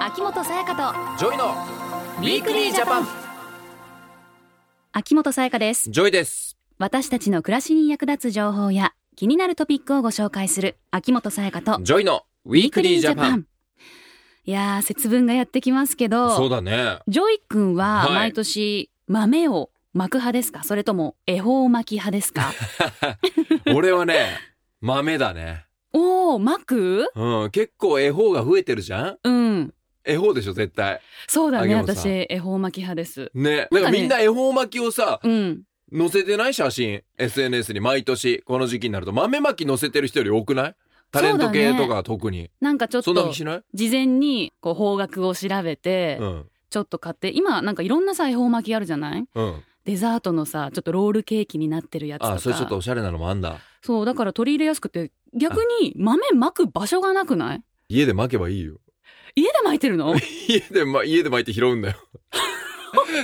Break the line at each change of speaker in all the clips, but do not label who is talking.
秋元さやかと
ジョイのウィークリージャパン
秋元さやかです
ジョイです
私たちの暮らしに役立つ情報や気になるトピックをご紹介する秋元さやかと
ジョイのウィークリージャパン
いやー節分がやってきますけ
そ
ど
うだね
ジョイ君は
はい
毎年豆を巻く派ですかそれとも恵方巻き派です か
俺はね豆だね
おー巻く
うん結構恵方が増えてるじゃん
うん
恵方でしょ絶対
そうだね
秋元さん
私恵方巻き派です
ねだか
なんからね
みんな恵方巻きをさ
うん
載せてない写真 SNS に毎年この時期になると豆巻き載せてる人より多くないタレント系とかは特に
なんかちょっ
そ,、んな
と
気しない
事前にこう方角を調べて
うん
ちょっと買って今なんかいろんなさ恵方巻きあるじゃない
うん
デザートのさちょっとロールケーキになってるやつとか
あそれちょっとおしゃれなのもあんだ
そうだから取り入れやすくて逆に豆まく場所がなくない
家で巻けばいいよ
家で巻いてる の
家で、ま、家で巻いて拾うん だよ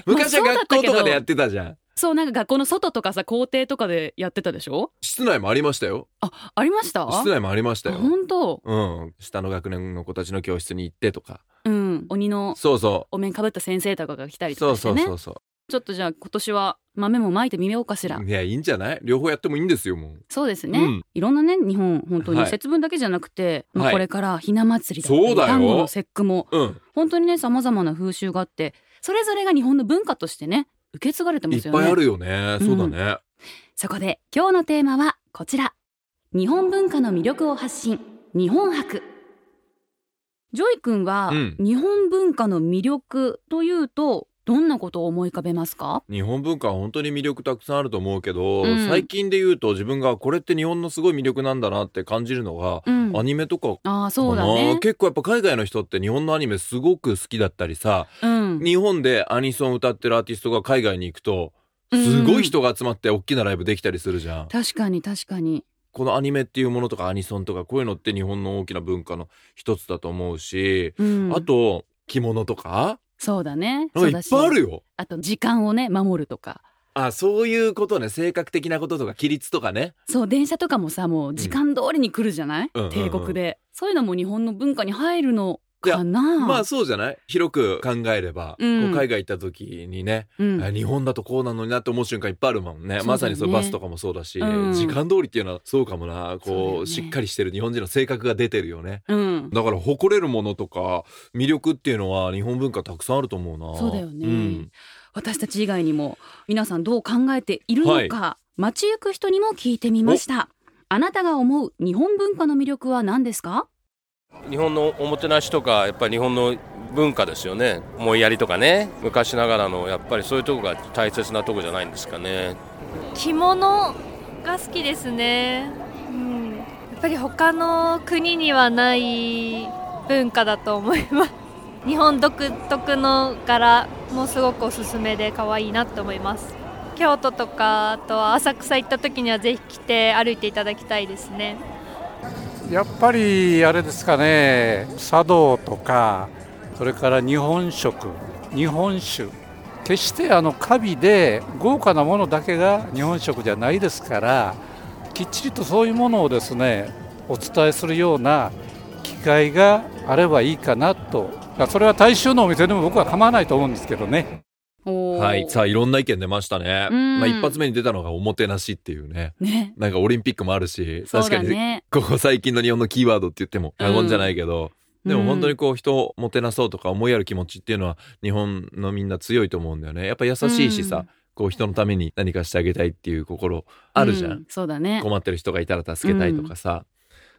昔は
まあそうだった
学校
けど
とかでやってたじゃん
そうなんか学校の外とかさ校庭とかでやってたでしょ
室内もありましたよ
あありました
室内もありましたよ
本当
うん下の学年の子たちの教室に行ってとか
うん鬼の
そうそ
お面かぶった先生とかが来た
う
り
そ
と
う
かして
そ
ね
うそうそ
ちょっとじゃあ今年は豆も巻いてみようかしら
ういやいいんじゃない両方やってもいいんですよもう
そうですね、
うん
いろんなね日本本当に
はい
節分だけじゃなくて、ま
は
あ、
い
これからひな祭りだった
そうだよ
り端午の節句も
うん
本当にねさまざまな風習があってそれぞれが日本の文化としてね受け継がれてま
いっ
すよね
ぱいあるよねそうだね
そこで今日のテーマはこちら日本文化の魅力を発信日本博ジョイ君は、
うん
日本文化の魅力というとどんなことを思い浮かべますか
日本文化は本当に魅力たくさんあると思うけど、
うん
最近で言うと自分がこれって日本のすごい魅力なんだなって感じるのが、
うん
アニメとか
ああそう
か
だ
な、
ね
結構やっぱ海外の人って日本のアニメすごく好きだったりさ、
うん
日本でアニソン歌ってるアーティストが海外に行くとすごい人が集まって大きなライブできたりするじゃん、
確かに確かに
このアニメっていうものとかアニソンとかこういうのって日本の大きな文化の一つだと思うし、
うん
あと着物とか
そうだね
なんかいっぱいあ
よ
るよ
あと時間をね守るとか
あそういうことね性格的なこととか規律とかね
そう電車とかもさもう時間通りに来るじゃない、
うんうんうんうん
帝国でそういうのも日本の文化に入るのかな
まあそうじゃない広く考えれば、
うん
こう海外行った時にね、
うん
あ日本だとこうなのになって思う瞬間いっぱいあるもんね
そうだね
まさにそうバスとかもそうだし、
うん
時間通りっていうのはそうかもな
そうだ
こう
よね
しっかりしてる日本人の性格が出てるよね
うん
だから誇れるものとか魅力っていうのは日本文化たくさんあると思うな
そうだよね
ん
私たち以外にも皆さんどう考えているのか、街行く人にも聞いてみましたあなたが思う日本文化の魅力は何ですか
日本のおもてなしとかやっぱり日本の文化ですよね思いやりとかね昔ながらのやっぱりそういうとこが大切なとこじゃないんですかね
着物が好きですね、うん、やっぱり他の国にはない文化だと思います 日本独特の柄もすごくおすすめで可愛いなって思います京都とかあとは浅草行った時にはぜひ来て歩いていただきたいですね
やっぱりあれですかね茶道とかそれから日本食日本酒決してあの華美で豪華なものだけが日本食じゃないですからきっちりとそういうものをですねお伝えするような機会があればいいかなとそれは大衆のお店でも僕は構わないと思うんですけどね。
おー
はいさあいろんな意見出ましたね、
うん
まあ、一発目に出たのがおもてなしっていうね
ね
なんかオリンピックもあるし
そう
確
だ
かに、
ね
ここ最近の日本のキーワードって言っても過言じゃないけど、でも本当にこう人をもてなそうとか思いやる気持ちっていうのは日本のみんな強いと思うんだよねやっぱ優しいしさ、
うん
こう人のために何かしてあげたいっていう心あるじゃん、
うそうだね
困ってる人がいたら助けたいとかさ、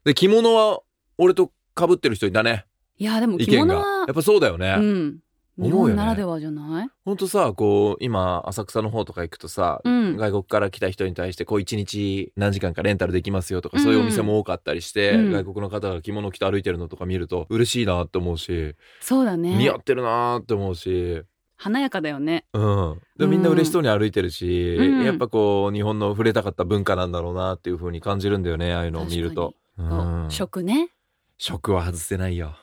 で着物は俺と被ってる人いたね
いやでも
意
着
見
物
が
は
やっぱそうだよね、
うん
思
日
うよね
本ならではじゃない
ほんとさこう今浅草の方とか行くとさ、
うん
外国から来た人に対してこう一日何時間かレンタルできますよとかそういうお店も多かったりして、
うん
外国の方が着物着て歩いてるのとか見ると嬉しいなって思うし、
そうだ
似
ね
合ってるなって思うし。
華やかだよね
うん、でもみんな嬉しそうに歩いてるし、
うん
やっぱこう日本の触れたかった文化なんだろうなっていう風に感じるんだよねああいうのを見ると、うん、
食ね
食は外せないよ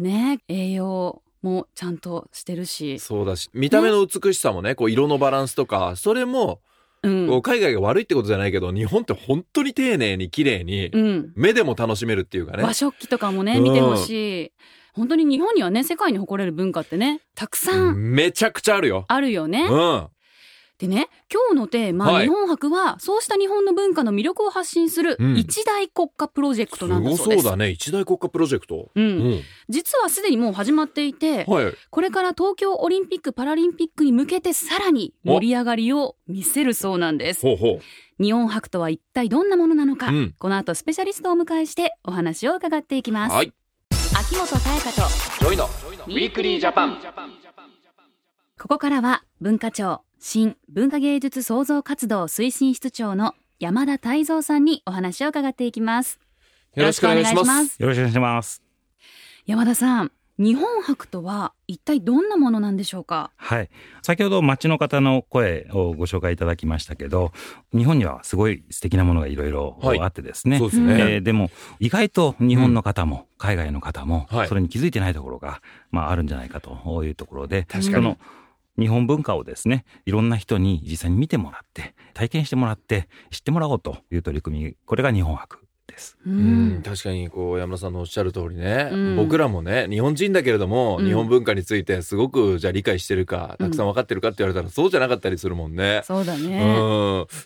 ね栄養もちゃんとしてるし、
そうだし見た目の美しさもねこう色のバランスとかそれも
うん、
こう海外が悪いってことじゃないけど日本って本当に丁寧に綺麗に
うん、
目でも楽しめるっていうかね
和食器とかもね
うん
見てほしい、本当に日本にはね世界に誇れる文化ってねたくさん
めちゃくちゃあるよ。
あるよね。
うん。
でね今日のテーマ、
はい
日本博はそうした日本の文化の魅力を発信する
うん
一大国家プロジェクトなんだ
す
そう
ご
で
そう
す。
だね。一大国家プロジェクト。
う、
うんん。
実はすでにもう始まっていて、
はい。
これから東京オリンピック・パラリンピックに向けてさらに盛り上がりを見せるそうなんです。
ほうほ
日本博とは一体どんなものなの
う。
か、
うん。
この後スペシャリストをお迎えしてお話を伺っていきます。
はい。
秋元彩香と
ジョイの
ウィークリージャパン。ここからは文化庁新文化芸術創造活動推進室長の山田泰造さんにお話を伺っていきます。
よろしくお願いし
よろくお
ま
願
す。
よろしくお願いします。
山田さん、日本博とは一体どんなものなんでしょうか。
はい。先ほど街の方の声をご紹介いただきましたけど、日本にはすごい素敵なものがいろいろ
はい
あってですね。
そうです
え
ね。
ーでも意外と日本の方も海外の方も
はい
それに気づいてないところがまああるんじゃないかというところで、
確かに
その日本文化をですねいろんな人に実際に見てもらって体験してもらって知ってもらおうという取り組みこれが日本博です。
う
うん、確かにこう山田さんのおっしゃる通りね、
うん
僕らもね日本人だけれども、
うん
日本文化についてすごくじゃあ理解してるかたくさん分かってるかって言われたら、そうじゃなかったりするもんね。
そうだ
うん
ね。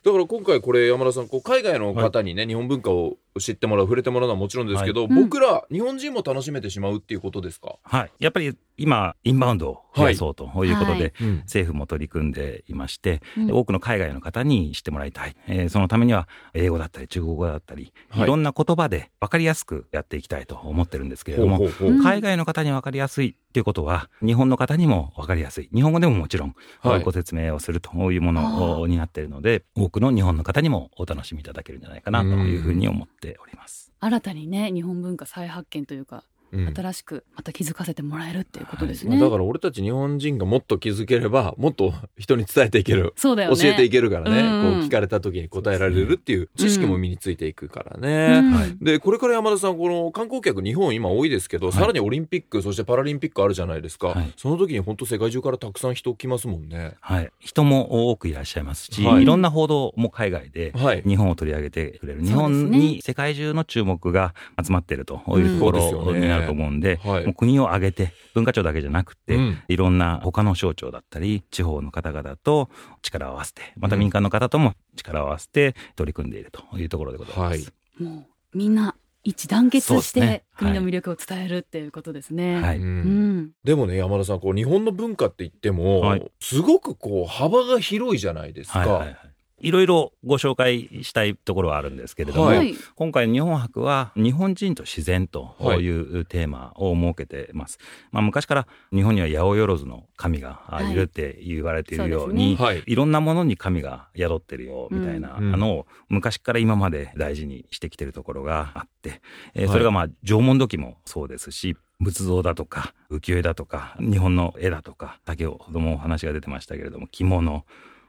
だから今回これ山田さんこう海外の方にね、日本文化を知ってもらう触れてもらうのはもちろんですけど、
い
僕ら、日本人も楽しめてしまうっていうことですか、
はい。やっぱり今インバウンドを増やそうというこ
は
とで、
い
うん
政府も取り組んでいまして、
うん
多くの海外の方に知ってもらいたい、えーそのためには英語だったり中国語だったり、
はい
い、ろんな言葉で分かりやすくやっていきたいと思ってるんですけれ
ほ
ど
う
も、
ほうほ
う
うん
海外の方に分かりやすいということは日本の方にも分かりやすい日本語でももちろん、
はい
ご説明をするというものをになっているので多くの日本の方にもお楽しみいただけるんじゃないかなというふうに思っております。
新たにね、日本文化再発見というか、
うん
新しくまた気づかせてもらえるっていうことです
まあ
ね。
だから俺たち日本人がもっと気づければもっと人に伝えていける
そうだよね。
教えていけるからね、
うん
こう聞かれた時に答えられるっていう知識も身についていくから
う
ね。
ん
はい
でこれから山田さんこの観光客日本今多いですけど、
はい
さらにオリンピックそしてパラリンピックあるじゃないですか、
はい
その時に本当世界中からたくさん人来ますもんね。
はい、人も多くいらっしゃいますし、
はい
い、ろんな報道も海外で
はい、
日本を取り上げてくれる、
ね
日本に世界中の注目が集まっているというとこ
うんそうですよ
ろ
ね
になると思うんで、
はい
もう国を挙げて文化庁だけじゃなくて、
うん
いろんな他の省庁だったり地方の方々と力を合わせてまた民間の方とも力を合わせて取り組んでいるというところでございます。
はい
もうみんな一致団結し
そうです
て
ね
国の魅力を伝えるっていうことですね。
は
う
い
ん
うん、
でもね山田さんこう日本の文化って言っても、
はい
すごくこう幅が広いじゃないですか。
はいはいはいいろいろご紹介したいところはあるんですけれども、
はい
はい
今回日本博は日本人と自然というテーマを設けてます。まあ昔から日本には八百万の神が
はい
いるって言われてい
そう
る
です
よう
ね
に、
はい
いろんなものに神が宿ってるよみたいな
うん
のを昔から今まで大事にしてきてるところがあって、えー
はい
それがまあ縄文土器もそうですし仏像だとか浮世絵だとか日本の絵だとか先ほどもお話が出てましたけれども着物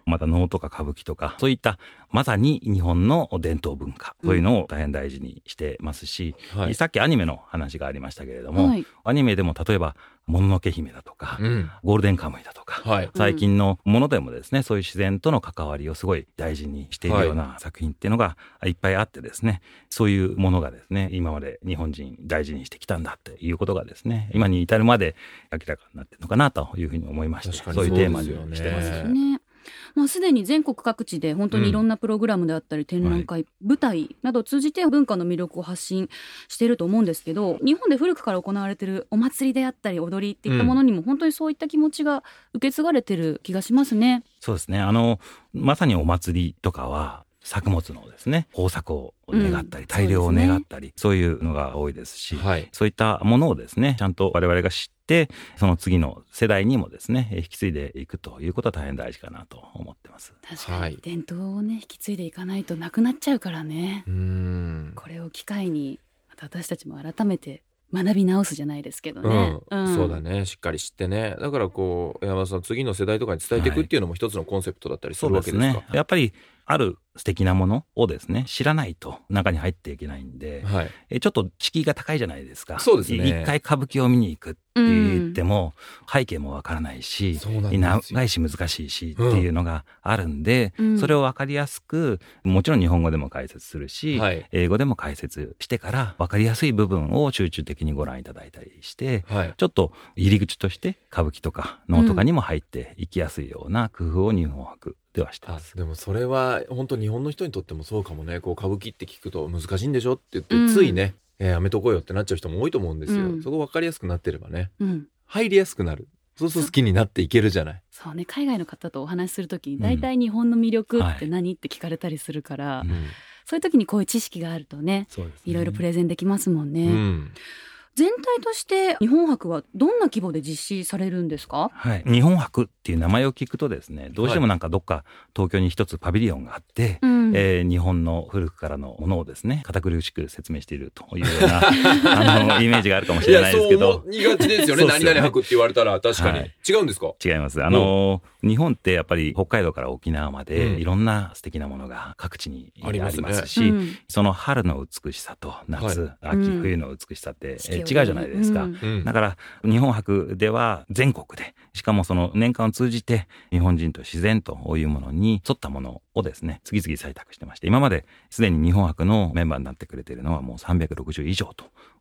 また能とか歌舞伎とかそういったまさに日本の伝統文化というのを大変大事にしてますし、
はい
さっきアニメの話がありましたけれども、
はい
アニメでも例えば「もののけ姫」だとか、
うん
ゴールデンカムイ」だとか、
はい
最近のものでもですね、そういう自然との関わりをすごい大事にしているような作品っていうのがいっぱいあってですね、そういうものがですね、今まで日本人大事にしてきたんだっていうことがですね、今に至るまで明らかになってるのかなというふうに思いまして、
確か
そ
に
う
そう
いうテーマに
ですよね
してます。
え
ねまあ、すでに全国各地で本当にいろんなプログラムであったり展覧会、舞台などを通じて文化の魅力を発信していると思うんですけど日本で古くから行われているお祭りであったり踊りっていったものにも本当にそういった気持ちが受け継がれてる気がしますね。
そうですね。あの、まさにお祭りとかは、作物のですね、豊作を願った
うん
り、大量を願ったり、そういうのが多いですし、
はい
そういったものをですね、ちゃんと我々が知って、その次の世代にもですね、えー引き継いでいくということは大変大事かなと思ってます。
確か
は
に
い
伝統をね引き継いでいかないとなくなっちゃうからね。
うん
これを機会にまた私たちも改めて学び直すじゃないですけど
う
ね
ん。そうだねしっかり知ってねだからこう山田さん次の世代とかに伝えていくっていうのも一つのコンセプトだったりす
そ
る
う
わ
で
け
す
ですか、
ね。やっぱり、ある素敵なものをですね、知らないと中に入っていけないんで、
はい、
えーちょっと敷居が高いじゃないですか。
そうですね
一回歌舞伎を見に行くっ言っても背景もわからないし、
そうなんですよ
長いし難しいしっていうのがあるんで、
うん
それをわかりやすくもちろん日本語でも解説するし、
はい
英語でも解説してからわかりやすい部分を集中的にご覧いただいたりして
はい
ちょっと入り口として歌舞伎とか能とかにも入っていきやすいような工夫を日本博ではして
あ
ます。
でもそれは本当日本の人にとってもそうかもねこう歌舞伎って聞くと難しいんでしょって言って、
うん
ついね、えーやめとこうよってなっちゃう人も多いと思うんですよ、
うん
そこ分かりやすくなってればね
うん
入りやすくなるそうすると好きになっていけるじゃない
そうね海外の方とお話しするときに
ん
大体日本の魅力
は
って
い
何、って聞かれたりするから、
うん
そういう時にこういう知識があるとね
そうですね
いろいろプレゼンできますもんね、
うん
全体として日本博はどんな規模で実施されるんですか
はい、日本博っていう名前を聞くとですねどうしてもなんかどっか東京に一つパビリオンがあって、
うん
えー日本の古くからのものをですね堅苦しく説明しているというような あのイメージがあるかもしれないですけど
いやそう思いがちですよね
そうっ
何
すよね
々博って言われたら確かに、
はい
違うんですか
違いますあのー日本ってやっぱり北海道から沖縄まで、
うん
いろんな素敵なものが各地に
あ
あ
り
り
ま
ます
ね
すし、
うん
その春の美しさと夏、秋、
うん
冬の美しさって、え
四季折
ー違うじゃないですか。
うん
うん
だから日本博では全国でしかもその年間を通じて日本人と自然というものに沿ったものをですね次々採択してまして今まですでに日本博のメンバーになってくれているのはもう360以上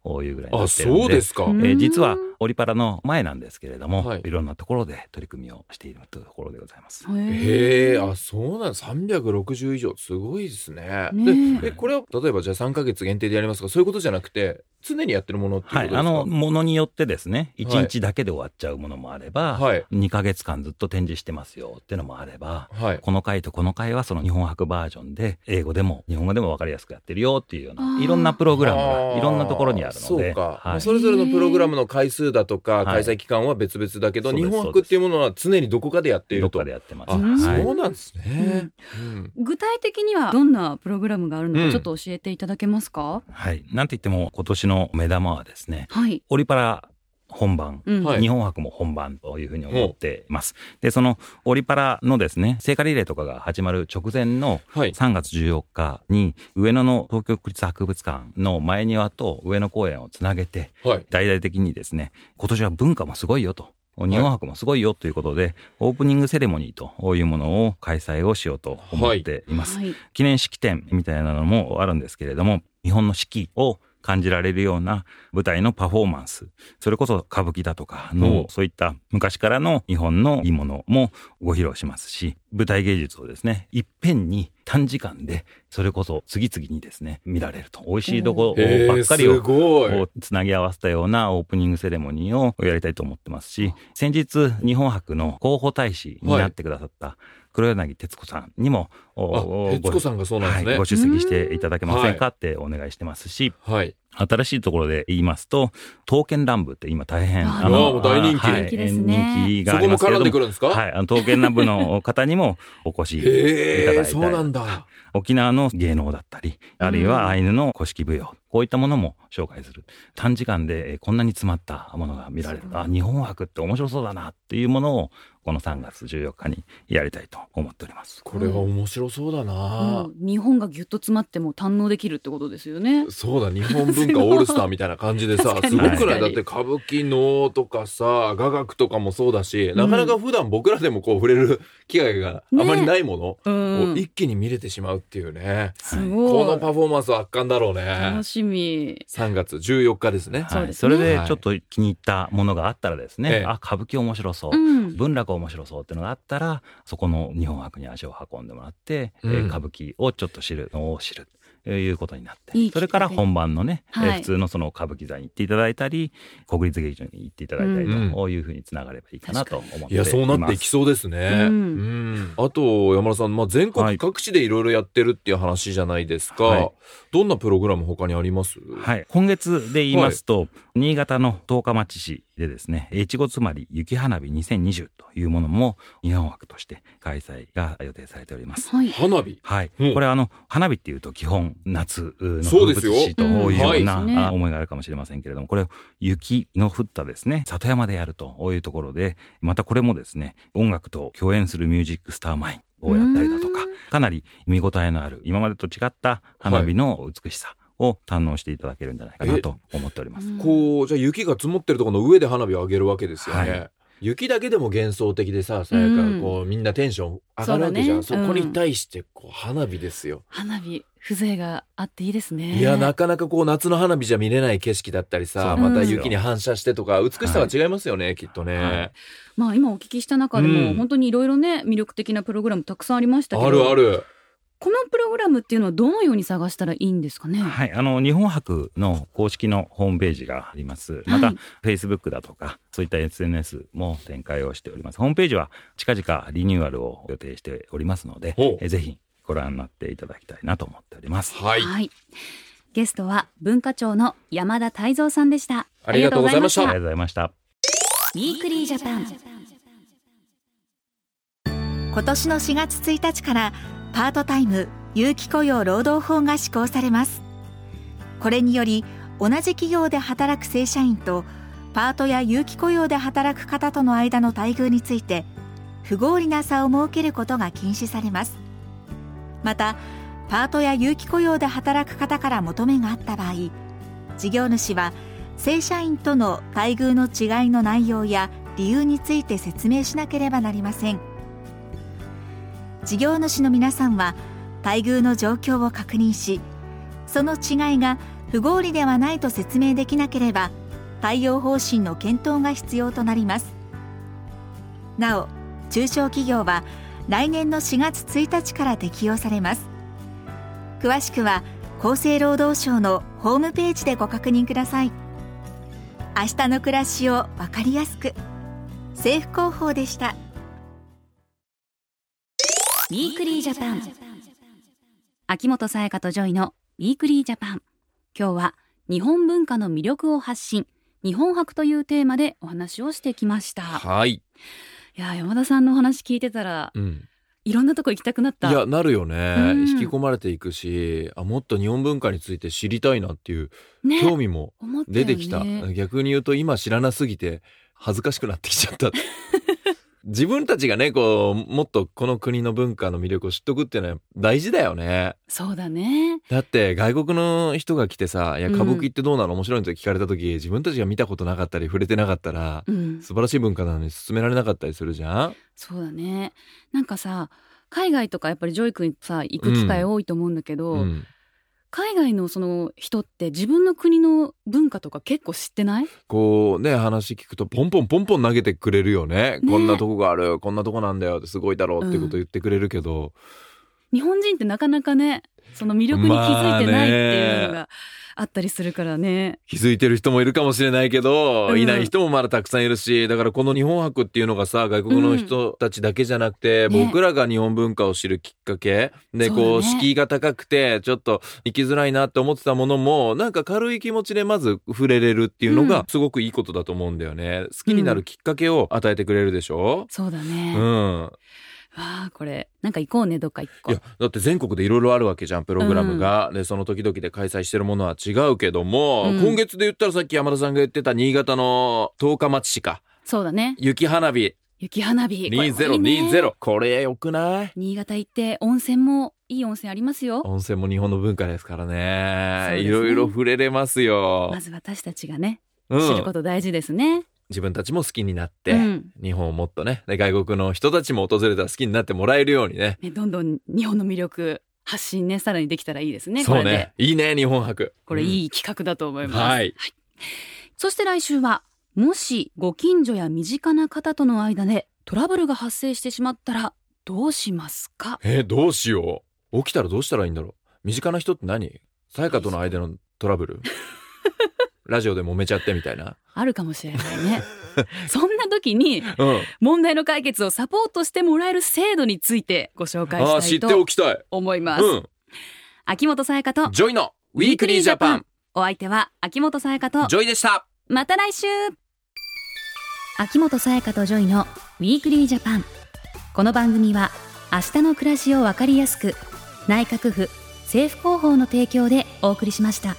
というぐらいにな
あ
っているので
そうですか、
う
え
ん
ー実はオリパラの前なんですけれども、
はい
い、ろんなところで取り組みをしているというところでございます。
へえ、あ、そうなん、三百六十以上、すごいですね。
ねえ
で、えこれは例えば、じゃ、あ三ヶ月限定でやりますか、そういうことじゃなくて、常にやってるものっていうこ
は
とです
い、
か。
あの、ものによってですね、
はい
1日だけで終わっちゃうものもあれば、
はい
2ヶ月間ずっと展示してますよっていうのもあれば、
はい。
この回とこの回はその日本博バージョンで英語でも日本語でも分かりやすくやってるよっていうよう
あ
な
ー
いろんなプログラム
あ
が
ー
いろんなところにあるの
そう
で、
か、
はい
それぞれのプログラムの回数だとか、
は
開
い
催期間は別々だけど、
そうで
日
す
本博っていうものは常にどこかでやってい
ど
る
っ
と。
かでやってます。
あ、
うん
はい
そうなんですね。うん
具体的にはどんなプログラムがあるの
うん
かちょっと教えていただけますか、
はい。なんて言っても今年の目玉はですね、
はい、
オリパラ本番。
うん
はい
日本博も本番というふうに思っています。で、そのオリパラのですね、聖火リレーとかが始まる直前の
はい。
3月14日に上野の東京国立博物館の前庭と上野公園をつなげて、
はい。
大々的にですね、今年は文化もすごいよと。日本博もすごいよということで、オープニングセレモニーというものを開催をしようと思っています。
はい
記念式典みたいなのもあるんですけれども、日本の四季を感じられるような舞台のパフォーマンス、それこそ歌舞伎だとか
おう
の、そういった昔からの日本のいいものもご披露しますし、舞台芸術をですね、いっぺんに短時間で、それこそ次々にですね、見られると。美味しいとこ
へ
ろばっ
え、
かり
す
を
ごい。
をつなぎ合わせたようなオープニングセレモニーをやりたいと思ってますし、先日、日本博の広報大使になってくださった黒柳徹子さんにも、
あ、
お
徹子さんがそうなんで
はい、ご
す
出席していただけませんかってお願いしてますし、
ね。はい。
新しいところで言いますと、刀剣乱舞って今大変、
あー
もう大人気
はい
人気ですね
人気
そ
があ
こ
り
も
ますけ
絡
れ
ん
ど
でく
も、
るんですか。
はい、あの刀剣乱舞の方にもお越しいた
へ
だいた
え、
り
そうなんだ。
沖縄の芸能だったり、あるいはアイヌの古式舞踊、こういったものも紹介する。短時間でえーこんなに詰まったものが見られる
す。ごい
あ、日本博って面白そうだなっていうものを、この3月14日にやりたいと思っております。
これは面白そうだな
も。う日本がぎゅっと詰まっても堪能できるってことですよね。
そうだ日本文化オールスターみたいな感じでさ
確か
す
に
ごく
確
か
ない
に
だって歌舞伎能とかさ雅楽とかもそうだし、なかなか普段僕らでもこう触れる機会があ
ね
まりないも
う
のを
ん、
一気に見れてしまうっていうね、
す
こ
ご
の
い
パフォーマンスは圧巻だろうね
楽しみ。
3月14日ですね、
そう
は
で
い。
す
そ
ね
れでちょっと気に入ったものがあったらです
ええ
ね、あ、歌舞伎面白そ
う。
う
ん、
文楽面白そうっていうのがあったらそこの日本博に足を運んでもらって、えー
うん
歌舞伎をちょっと知るのを知るということになって
いいきっかけ
それから本番のね、
はい
えー普通のその歌舞伎座に行っていただいたり国立劇場に行っていただいたり
うん
というふうにつながればいいかなと思っています。
いやそうなっていきそうですね。
う
うんんあと山田さん、まあ、全
は
国
い
各地でいろいろやってるっていう話じゃないですか、
はい
どんなプログラム他にあります、
はい、今月で言いますと、新潟の十日町市でですね越後つまり雪花火2020というものも日本博として開催が予定されております。
はい。
花火
はい、
うん
これあの花火っていうと基本夏の
そうで
風
す
物
よ
詩というよ
うん
う
はいですね
なあ思いがあるかもしれませんけれどもこれを雪の降ったですね里山でやるというところでまたこれもですね音楽と共演するミュージックスターマインをやったりだとかかなり見応えのある今までと違った花火の美しさを堪能していただけるんじゃないかなと思っております。
こうじゃあ雪が積もってるところの上で花火を上げるわけですよね、
はい
雪だけでも幻想的でささやか
うん
こうみんなテンション上がるわけじゃん
そ
そう
だね
こに対してこう花火ですよ、
花火風情があっていいですね
いやなかなかこう夏の花火じゃ見れない景色だったりさ
そう
ま
なん
た
ですよ
雪に反射してとか美しさは違いますよね、きっとね、
はい
まあ今お聞きした中でも、
うん
本当にいろいろね魅力的なプログラムたくさんありましたけど
あるある
このプログラムっていうのはどのように探したらいいんですかね、
はい。あの、日本博の公式のホームページがあります。また、Facebook だとか、そういった SNS も展開をしております。ホームページは近々リニューアルを予定しておりますので
ほう、
えぜひご覧になっていただきたいなと思っております。
はい
はいゲストは文化庁の山田泰造さんでした
ありがとうございました
ありがとうございました。
ウィークリージャパン
今年の4月1日からパートタイム有期雇用労働法が施行されますこれにより同じ企業で働く正社員とパートや有期雇用で働く方との間の待遇について不合理な差を設けることが禁止されますまたパートや有期雇用で働く方から求めがあった場合事業主は正社員との待遇の違いの内容や理由について説明しなければなりません事業主の皆さんは待遇の状況を確認しその違いが不合理ではないと説明できなければ対応方針の検討が必要となりますなお中小企業は来年の4月1日から適用されます詳しくは厚生労働省のホームページでご確認ください明日の暮らしを分かりやすく政府広報でした
ウィークリージャパン秋元才加とジョイのウィークリージャパン今日は日本文化の魅力を発信日本博というテーマでお話をしてきました、
はい、
い、や山田さんのお話聞いてたら
うん、
いろんなとこ行きたくなった
いやなるよね、
うん
引き込まれていくしあもっと日本文化について知りたいなっていう
ね
興味も
思ったよね
出てきた、逆に言うと今知らなすぎて恥ずかしくなってきちゃった 自分たちがねこうもっとこの国の文化の魅力を知っとくっていうのは大事だよね
そうだね
だって外国の人が来てさ「いや
うん
歌舞伎ってどうなの面白いの?」って聞かれた時自分たちが見たことなかったり触れてなかったら
うん
素晴らしい文化なのに勧められなかったりするじゃん
そうだねなんかさ海外とかやっぱりジョイ君さ行く機会多いと思うんだけど、
うん
海外のその人って自分の国の文化とか結構知ってない
こうね話聞くとポンポンポンポン投げてくれるよね
ね
こんなとこがあるこんなとこなんだよってすごいだろうってこと言ってくれるけど、
日本人ってなかなかねその魅力に気づいてないっていうの
まあ
があったりするからね,、
気づいてる人もいるかもしれないけど、
うん
いない人もまだたくさんいるしだからこの日本博っていうのがさ外国の人たちだけじゃなくて、
うんね
僕らが日本文化を知るきっかけで
そうだね
こう敷居が高くてちょっと行きづらいなって思ってたものもなんか軽い気持ちでまず触れれるっていうの
うん
がすごくいいことだと思うんだよね。好きになるきっかけを与えてくれるでしょ、
そうだね、わ
うん、
あこれなんか行こうねどっか一個
いやだって全国でいろいろあるわけじゃんプログラムが、でその時々で開催してるものは違うけども、
うん
今月で言ったらさっき山田さんが言ってた新潟の十日町市か
そうだね
雪花火
雪花火これいいね
2020これよくない
新潟行って温泉もいい温泉ありますよ
温泉も日本の文化ですから
そう
ね
ですね
いろいろ触れれますよ、
まず私たちがね
う
知る
ん
こ、と大事ですね、
自分たちも好きになって、
うん
日本をもっとねで外国の人たちも訪れたら好きになってもらえるようにね
ねどんどん日本の魅力発信ねさらにできたらいいですね
そう
これで
ねいいね日本博
これ
うん
いい企画だと思います、
はい
そして来週はもしご近所や身近な方との間でトラブルが発生してしまったらどうしますか
えーどうしよう起きたらどうしたらいいんだろう身近な人って何さやかとの間のトラブルラジオで揉めちゃってみたいな
あるかもしれないねそんな時に
うん
問題の解決をサポートしてもらえる制度についてご紹介
ああ
し
知ったて
い
お
と
きたい
思います、
うん
秋元才加と
ジョイのウィークリージャパン
お相手は秋元才加と
ジョイでした
また来週秋元才加とジョイのウィークリージャパンこの番組は明日の暮らしをわかりやすく内閣府政府広報の提供でお送りしました